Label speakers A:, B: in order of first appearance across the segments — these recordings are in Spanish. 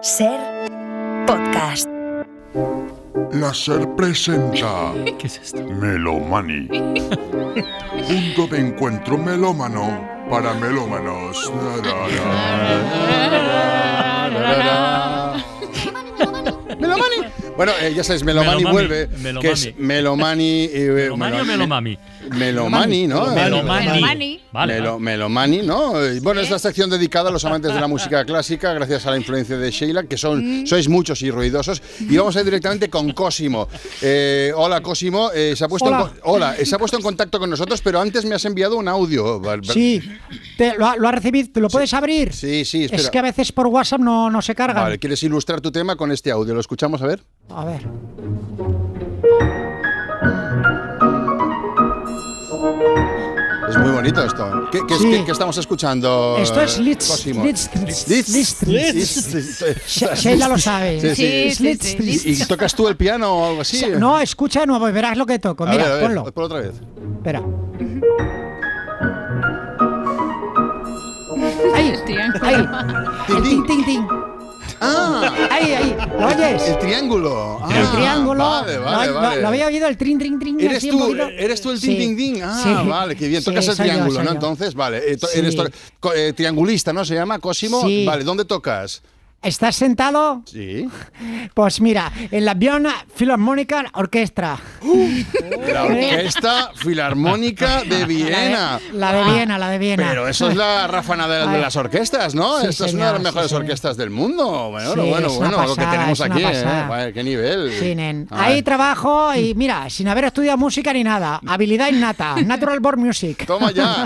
A: Ser podcast.
B: La SER presenta
C: ¿Qué es esto?
B: Melomani. Punto de encuentro melómano para melómanos. Na, na, na.
D: Melomani. Bueno, eh, ya sabéis, Melomani
C: Melomami.
D: vuelve.
C: Melomami.
D: Que es Melomani. eh,
C: ¿Melomani o
D: Melo-
C: Melomami?
D: Melomani, ¿no? Eh,
C: Melomani.
E: Melomani.
C: Vale.
D: Melo- Melomani, ¿no? Eh, Bueno, es la sección dedicada a los amantes de la música clásica, gracias a la influencia de Sheila, que son, sois muchos y ruidosos. Y vamos a ir directamente con Cosimo. Eh, hola, Cosimo. eh, se ha puesto
F: Hola.
D: En, co- hola, eh, se ha puesto en contacto con nosotros, pero antes me has enviado un audio. Val- Val-
F: Sí, te- lo, ha- lo has recibido, ¿te lo puedes abrir?
D: Sí, sí, espera.
F: Es que a veces por WhatsApp no, no se cargan.
D: Vale, ¿quieres ilustrar tu tema con este audio? ¿Lo escuchamos? A ver.
F: A ver.
D: Es muy bonito esto. ¿Qué, qué es-
F: Sí.
D: qué- qué estamos escuchando?
F: Esto es Litz.
D: Cosimo?
F: Litz.
D: Litz.
F: Litz. Litz. She- Sheila lo sabe.
D: Sí, sí.
E: Sí, sí, sí.
F: Litz.
D: ¿Y, y tocas tú el piano o algo así?
F: No, escucha de nuevo y verás lo que toco.
D: A
F: Mira,
D: ver, a ver,
F: ponlo.
D: Por otra vez.
F: Espera.
E: Ahí, triángulo.
F: Ahí.
D: Tin, tin.
F: El tin, tin, tin.
D: ¡Ah!
F: Ahí, ahí. ¿Lo oyes?
D: El triángulo. Ah,
F: El triángulo.
D: Vale,
F: Lo-
D: vale,
F: lo,
D: vale.
F: lo había oído el trin, trin, trin.
D: ¿Eres
F: así un
D: tú,
F: poquito.
D: eres tú el
F: Sí.
D: ding ding ding? Ah,
F: Sí.
D: vale, qué bien.
F: Sí,
D: Tocas el
F: soy yo,
D: triángulo,
F: soy
D: ¿no?
F: yo.
D: Entonces, vale. eh, to-
F: Sí.
D: Eres to- co- eh, triangulista, ¿no? Se llama Cosimo.
F: Sí.
D: Vale, ¿dónde tocas?
F: ¿Estás sentado?
D: Sí.
F: Pues mira, en la Viona Philharmonic Orchestra.
D: La Orquesta Filarmónica de Viena.
F: La de Viena, la de Viena.
D: Ah, Pero eso es la rafanada de, de las orquestas, ¿no?
F: Sí,
D: Esta es una de las
F: señor,
D: mejores
F: sí, señor.
D: orquestas del mundo. Bueno,
F: Sí,
D: bueno,
F: es una
D: bueno, lo que
F: pasada,
D: tenemos
F: es una
D: aquí, ¿eh?
F: pasada.
D: Vaya, qué nivel.
F: Sí, nen.
D: A
F: Ahí
D: ver,
F: trabajo y mira, sin haber estudiado música ni nada. Habilidad innata, natural born music.
D: Toma ya.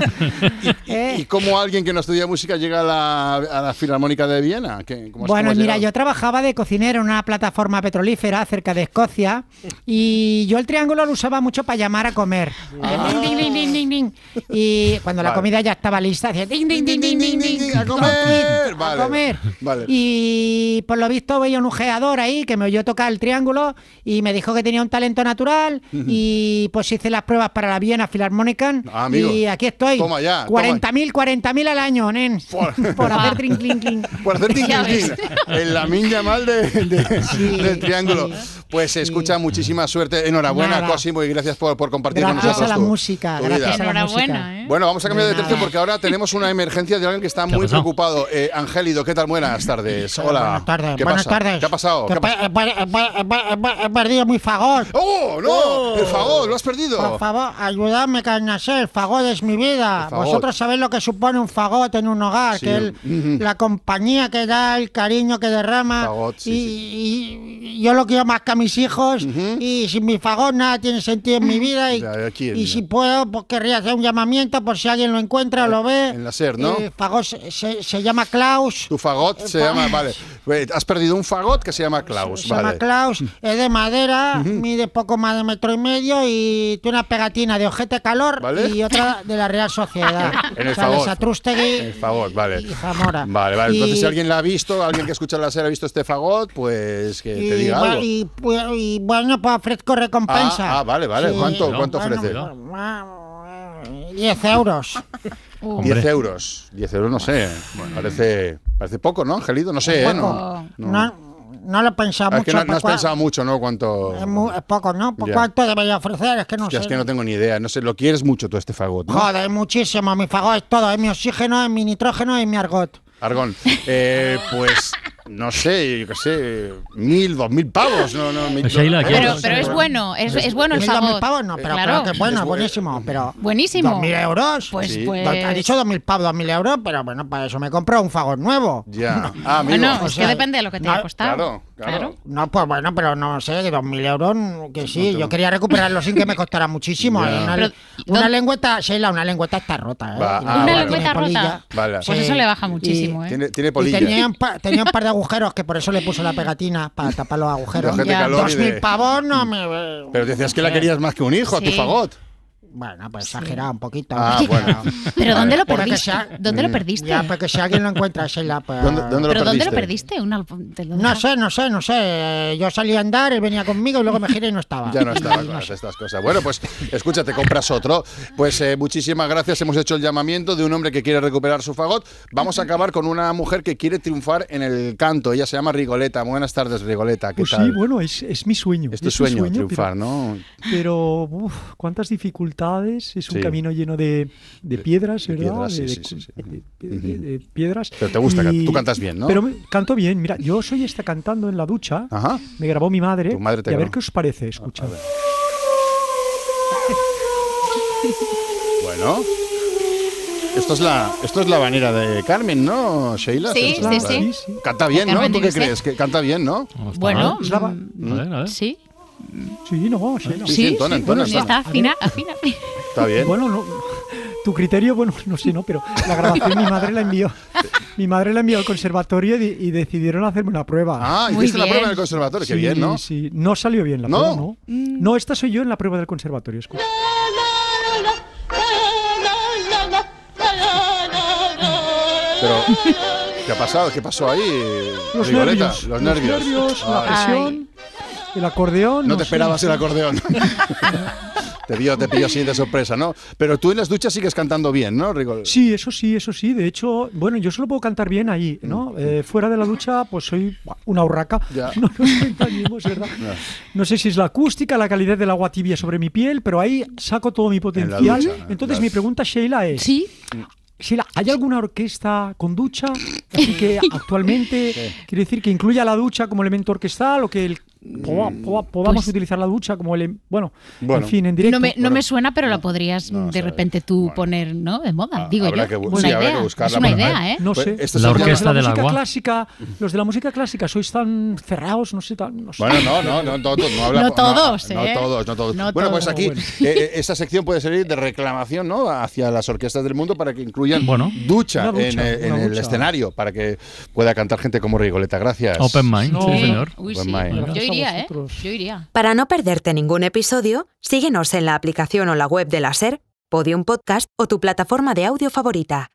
D: ¿Y,
F: ¿Eh?
D: y cómo alguien que no estudia música llega a la, a la Filarmónica de Viena? ¿Qué- cómo has- cómo
F: Bueno,
D: has
F: mira, yo
D: llegado?
F: trabajaba de cocinero en una plataforma petrolífera cerca de Escocia y yo el triángulo lo usaba mucho para llamar a comer. Ding, ding, ding, ding, ding, ding. Y cuando la
D: Ah. Vale.
F: comida ya estaba lista, hacía ding, ding, ding, ding, ding, ding.
D: A comer.
F: A
D: Vale.
F: comer.
D: Vale.
F: Y por lo visto veía un ojeador ahí que me oyó tocar el triángulo y me dijo que tenía un talento natural y pues hice las pruebas para la Viena Filarmónica
D: Ah, amigo.
F: y aquí estoy.
D: Toma ya, toma.
F: 40.000, 40.000 al año, nen. Por, hacer trin, clin, clin.
D: Por hacer ting,
E: Ya
D: ting,
E: ves.
D: ting. en la minya mal de, de-
F: Sí,
D: del triángulo.
F: sí,
D: Pues escucha, muchísima suerte. Enhorabuena,
F: Nada.
D: Cosimo, y gracias por, por compartir con
F: Gracias
D: nosotros.
F: a la
D: tu-
F: música,
D: tu vida.
F: gracias a la
E: Enhorabuena,
F: música.
E: ¿eh?
D: Bueno, vamos a cambiar de
F: De
D: tercio
F: nada.
D: porque ahora tenemos una emergencia de alguien que está
C: ha
D: muy
C: pasado?
D: preocupado. Eh, Angélido, ¿qué tal? Buenas tardes. Hola.
F: Buenas tardes.
D: ¿Qué
F: buenas
D: pasa?
F: tardes.
D: ¿Qué ha pasado?
F: Que
D: ¿Qué ha pas-
F: pe- pe- pe- pe- pe- He perdido mi fagot.
D: ¡Oh, no! ¡El favor! ¡Lo has
F: Por
D: perdido!
F: favor, ayudadme, Carnasel. Fagot es mi vida.
D: El fagot.
F: Vosotros sabéis lo que supone un fagot en un hogar,
D: Sí,
F: que el- la compañía que da, el cariño que derrama.
D: Fagot, sí,
F: y, y- y yo lo quiero más que a mis hijos. Y sin mi fagot nada tiene sentido en mi vida. Y,
D: Ya, ya, ¿quién?
F: y si puedo, pues querría hacer un llamamiento por si alguien lo encuentra o lo ve.
D: Eh, en la SER, ¿no?
F: El fagot se, se- se llama Klaus.
D: Tu fagot se
F: fa-
D: llama. Vale. Eh, Has perdido un fagot que se llama Klaus.
F: Se
D: Pues Vale.
F: llama Klaus, es de madera, mide poco más de metro y medio y tiene una pegatina de ojete calor
D: ¿Vale?
F: y otra de la Real Sociedad.
D: En el
F: o sea,
D: fagot.
F: de Satrústegui
D: El fagot, vale.
F: y Zamora.
D: Vale, vale. Entonces,
F: Y-
D: si alguien la ha visto, alguien que escucha la serie ha visto este fagot, pues que
F: y
D: te diga
F: va-
D: algo.
F: Y, pu- y bueno, pues ofrezco recompensa.
D: Ah, ah, vale, vale. ¿Cuánto-
C: cuánto
F: ofrece?
C: ofreces?
F: 10 euros.
D: 10
C: Hombre.
D: euros. 10 euros, no sé. Bueno, parece, parece poco, ¿no, Angelido? No sé, ¿eh? No.
F: Poco. No, no lo he pensado
D: Es
F: mucho.
D: que no, no has
F: ¿por cua-
D: pensado mucho, ¿no? Cuánto.
F: Es, mu- es poco, ¿no? ¿Por
D: Ya.
F: cuánto debería ofrecer? Es que no
D: Hostia,
F: sé.
D: es que no tengo ni idea. No sé, lo quieres mucho tú este fagot, ¿no?
F: Joder, muchísimo. Mi fagot es todo. Es mi oxígeno, es mi nitrógeno y mi argot.
D: Argón. Eh, pues, no sé, yo qué sé, mil, dos mil pavos. No, no, me-
C: Sheila, ¿qué
E: Pero,
C: haces?
E: pero es bueno, es, es bueno el
F: Mil, dos mil
E: sabor.
F: pavos no, pero
E: claro.
F: claro que bueno, buenísimo. Pero
E: Buenísimo.
F: ¿Dos mil euros?
E: Pues,
D: Sí.
E: pues.
F: Ha dicho dos mil pavos, dos mil euros, pero bueno, para eso me compro un fagot nuevo.
D: Ya. Ah, amigo.
E: Bueno, es
F: sea,
E: que depende de lo que te
F: no,
E: haya costado.
D: claro, claro.
F: No, pues bueno, pero no sé, dos mil euros, mm, que sí. Yo quería recuperarlo sin que me costara muchísimo.
D: Ya.
F: eh, Una,
E: Pero,
F: una
E: ¿dó-
F: lengüeta, Sheila, una lengüeta está rota. ¿eh?
D: Va, ah,
F: Y no
E: Una
D: vale.
E: lengüeta
F: tiene
E: rota.
F: polilla.
D: Vale.
E: Pues eso
F: Sí.
E: le baja
F: Y-
E: muchísimo, ¿eh?
D: Tiene, tiene
F: Y
D: polilla.
F: tenía un, pa- tenía un par de agujeros que por eso le puso la pegatina para tapar los
D: De
F: agujeros.
D: ojete
E: Ya.
D: calor y
F: Dos mil
D: de-
F: pavos no me.
D: Pero decías que la querías más que un hijo, a tu
E: Sí.
D: fagot.
F: Bueno, pues exagerado un poquito.
D: Ah, bueno.
E: ¿Pero
D: A
E: dónde
D: ver,
E: lo
F: Pero que
E: perdiste?
F: sea-
E: ¿Dónde lo
D: Mm.
E: perdiste?
F: Ya, porque si alguien lo encuentra, Sheila, pues...
D: ¿Dónde, dónde lo
E: ¿Pero dónde lo
D: perdiste?
E: perdiste? Un álbum, te lo
F: No
E: dejo.
F: sé, no sé, no sé. Yo salí a andar, él venía conmigo y luego me giré y no estaba.
D: Ya no estaba
F: Y
D: con
F: no sé.
D: estas cosas. Bueno, pues escúchate, compras otro. Pues eh, muchísimas gracias. Hemos hecho el llamamiento de un hombre que quiere recuperar su fagot. Vamos a acabar con una mujer que quiere triunfar en el canto. Ella se llama Rigoleta. Buenas tardes, Rigoleta. ¿Qué
C: Pues
D: tal?
C: sí, bueno, es, es mi sueño.
D: es tu
C: mi
D: sueño, triunfar,
C: pero-
D: ¿no?
C: Pero, uf, cuántas dificultades. Es un
D: Sí.
C: camino lleno de, de piedras,
D: de
C: ¿verdad?
D: piedras,
C: De-
D: sí,
C: de-
D: sí, sí, sí.
C: de- de- de- de piedras.
D: Pero te gusta,
C: Y-
D: tú cantas bien, ¿no?
C: Pero me- canto bien. Mira, yo soy esta cantando en la ducha.
D: Ajá.
C: Me grabó mi madre.
D: Tu madre te
C: y a ver
D: grabó. Ah,
C: qué os parece, escuchad.
D: Bueno. Esto es la, esto es la banera de Carmen, ¿no, Sheila?
E: Sí,
D: Esto es la-
E: sí,
C: sí.
D: Canta bien, ¿no?
E: Carmen
D: ¿Tú qué
E: Divisé.
D: crees? Que canta bien, ¿no?
G: No, está
E: Bueno,
C: Es la va-
E: mm,
G: mal. A ver, a ver.
E: sí.
C: Sí, no, sí, no.
D: Sí, sí, entona, entona,
E: Bueno,
D: entona.
E: Está afina, afina.
D: Está bien.
C: Bueno, no, tu criterio, bueno, no sé, no, pero la grabación mi madre la envió. Mi madre la envió al conservatorio y, y decidieron hacerme una prueba.
D: Ah,
E: Muy
D: hiciste la prueba
E: bien.
D: en el conservatorio. Qué
C: Sí,
D: bien, ¿no?
C: Sí, no salió bien la
D: ¿No?
C: prueba, ¿no? No, esta soy yo en la prueba del conservatorio, escucha.
D: Pero, ¿qué ha pasado? ¿Qué pasó ahí?
C: Los
D: Rigoleta?
C: nervios.
D: Los nervios.
C: la
D: Ay,
C: presión, el acordeón.
D: no te
C: sé.
D: esperabas el acordeón. te pilló, te pilló así de sorpresa, ¿no? Pero tú en las duchas sigues cantando bien, ¿no, Rigol?
C: Sí, eso sí, eso sí. De hecho, bueno, yo solo puedo cantar bien ahí, ¿no? Eh, fuera de la ducha, pues soy buah, una urraca.
D: Mm. Ya.
C: No nos engañemos, ¿verdad? No sé si es la acústica, la calidez del agua tibia sobre mi piel, pero ahí saco todo mi potencial.
D: ducha, ¿no?
C: Entonces,
D: Las-
C: mi pregunta, Sheila, es...
E: Sí.
C: Sheila, ¿hay alguna orquesta con ducha Así que actualmente quiere decir que incluya la ducha como elemento orquestal o que el- poda- poda- podamos
E: Pues-
C: utilizar la ducha como ele- bueno,
D: Mm, Bueno.
C: en fin, en directo.
E: No me, no me suena, pero la podrías
D: No,
E: de
D: sabes.
E: repente tú
D: Bueno.
E: poner, ¿no? De moda,
D: Ah,
E: digo
D: habrá
E: yo.
D: que bu-
E: Buena
D: sí, habrá
E: idea.
D: que buscarla,
E: es una
D: bueno,
E: idea, ¿eh?
C: No
D: Pues
C: sé.
D: esto
G: La
D: es un-
C: Los de
G: orquesta
C: la
G: del
C: música
G: agua.
C: clásica, los de la música clásica sois tan cerrados, no sé, tan, no sé.
D: Bueno, no, no, no, to- to- no, habla-
E: No
D: no,
E: todos,
D: no,
E: ¿eh?
D: todos, no todos.
E: No
D: bueno, pues
E: todos.
D: aquí
C: Bueno.
D: eh, eh, esta sección puede servir de reclamación, ¿no? Hacia las orquestas del mundo para que incluyan
G: Bueno.
D: ducha,
C: Una ducha,
D: en, eh, en
C: una
D: el
C: ducha.
D: escenario para que pueda cantar gente como Rigoleta. Gracias.
G: Open mind, sí, señor.
E: Uy,
D: Buen
E: sí.
D: mind.
E: Yo
C: Gracias a
E: iría, ¿eh?
C: vosotros.
E: Yo iría.
A: Para no perderte ningún episodio, síguenos en la aplicación o la web de la SER, Podium Podcast o tu plataforma de audio favorita.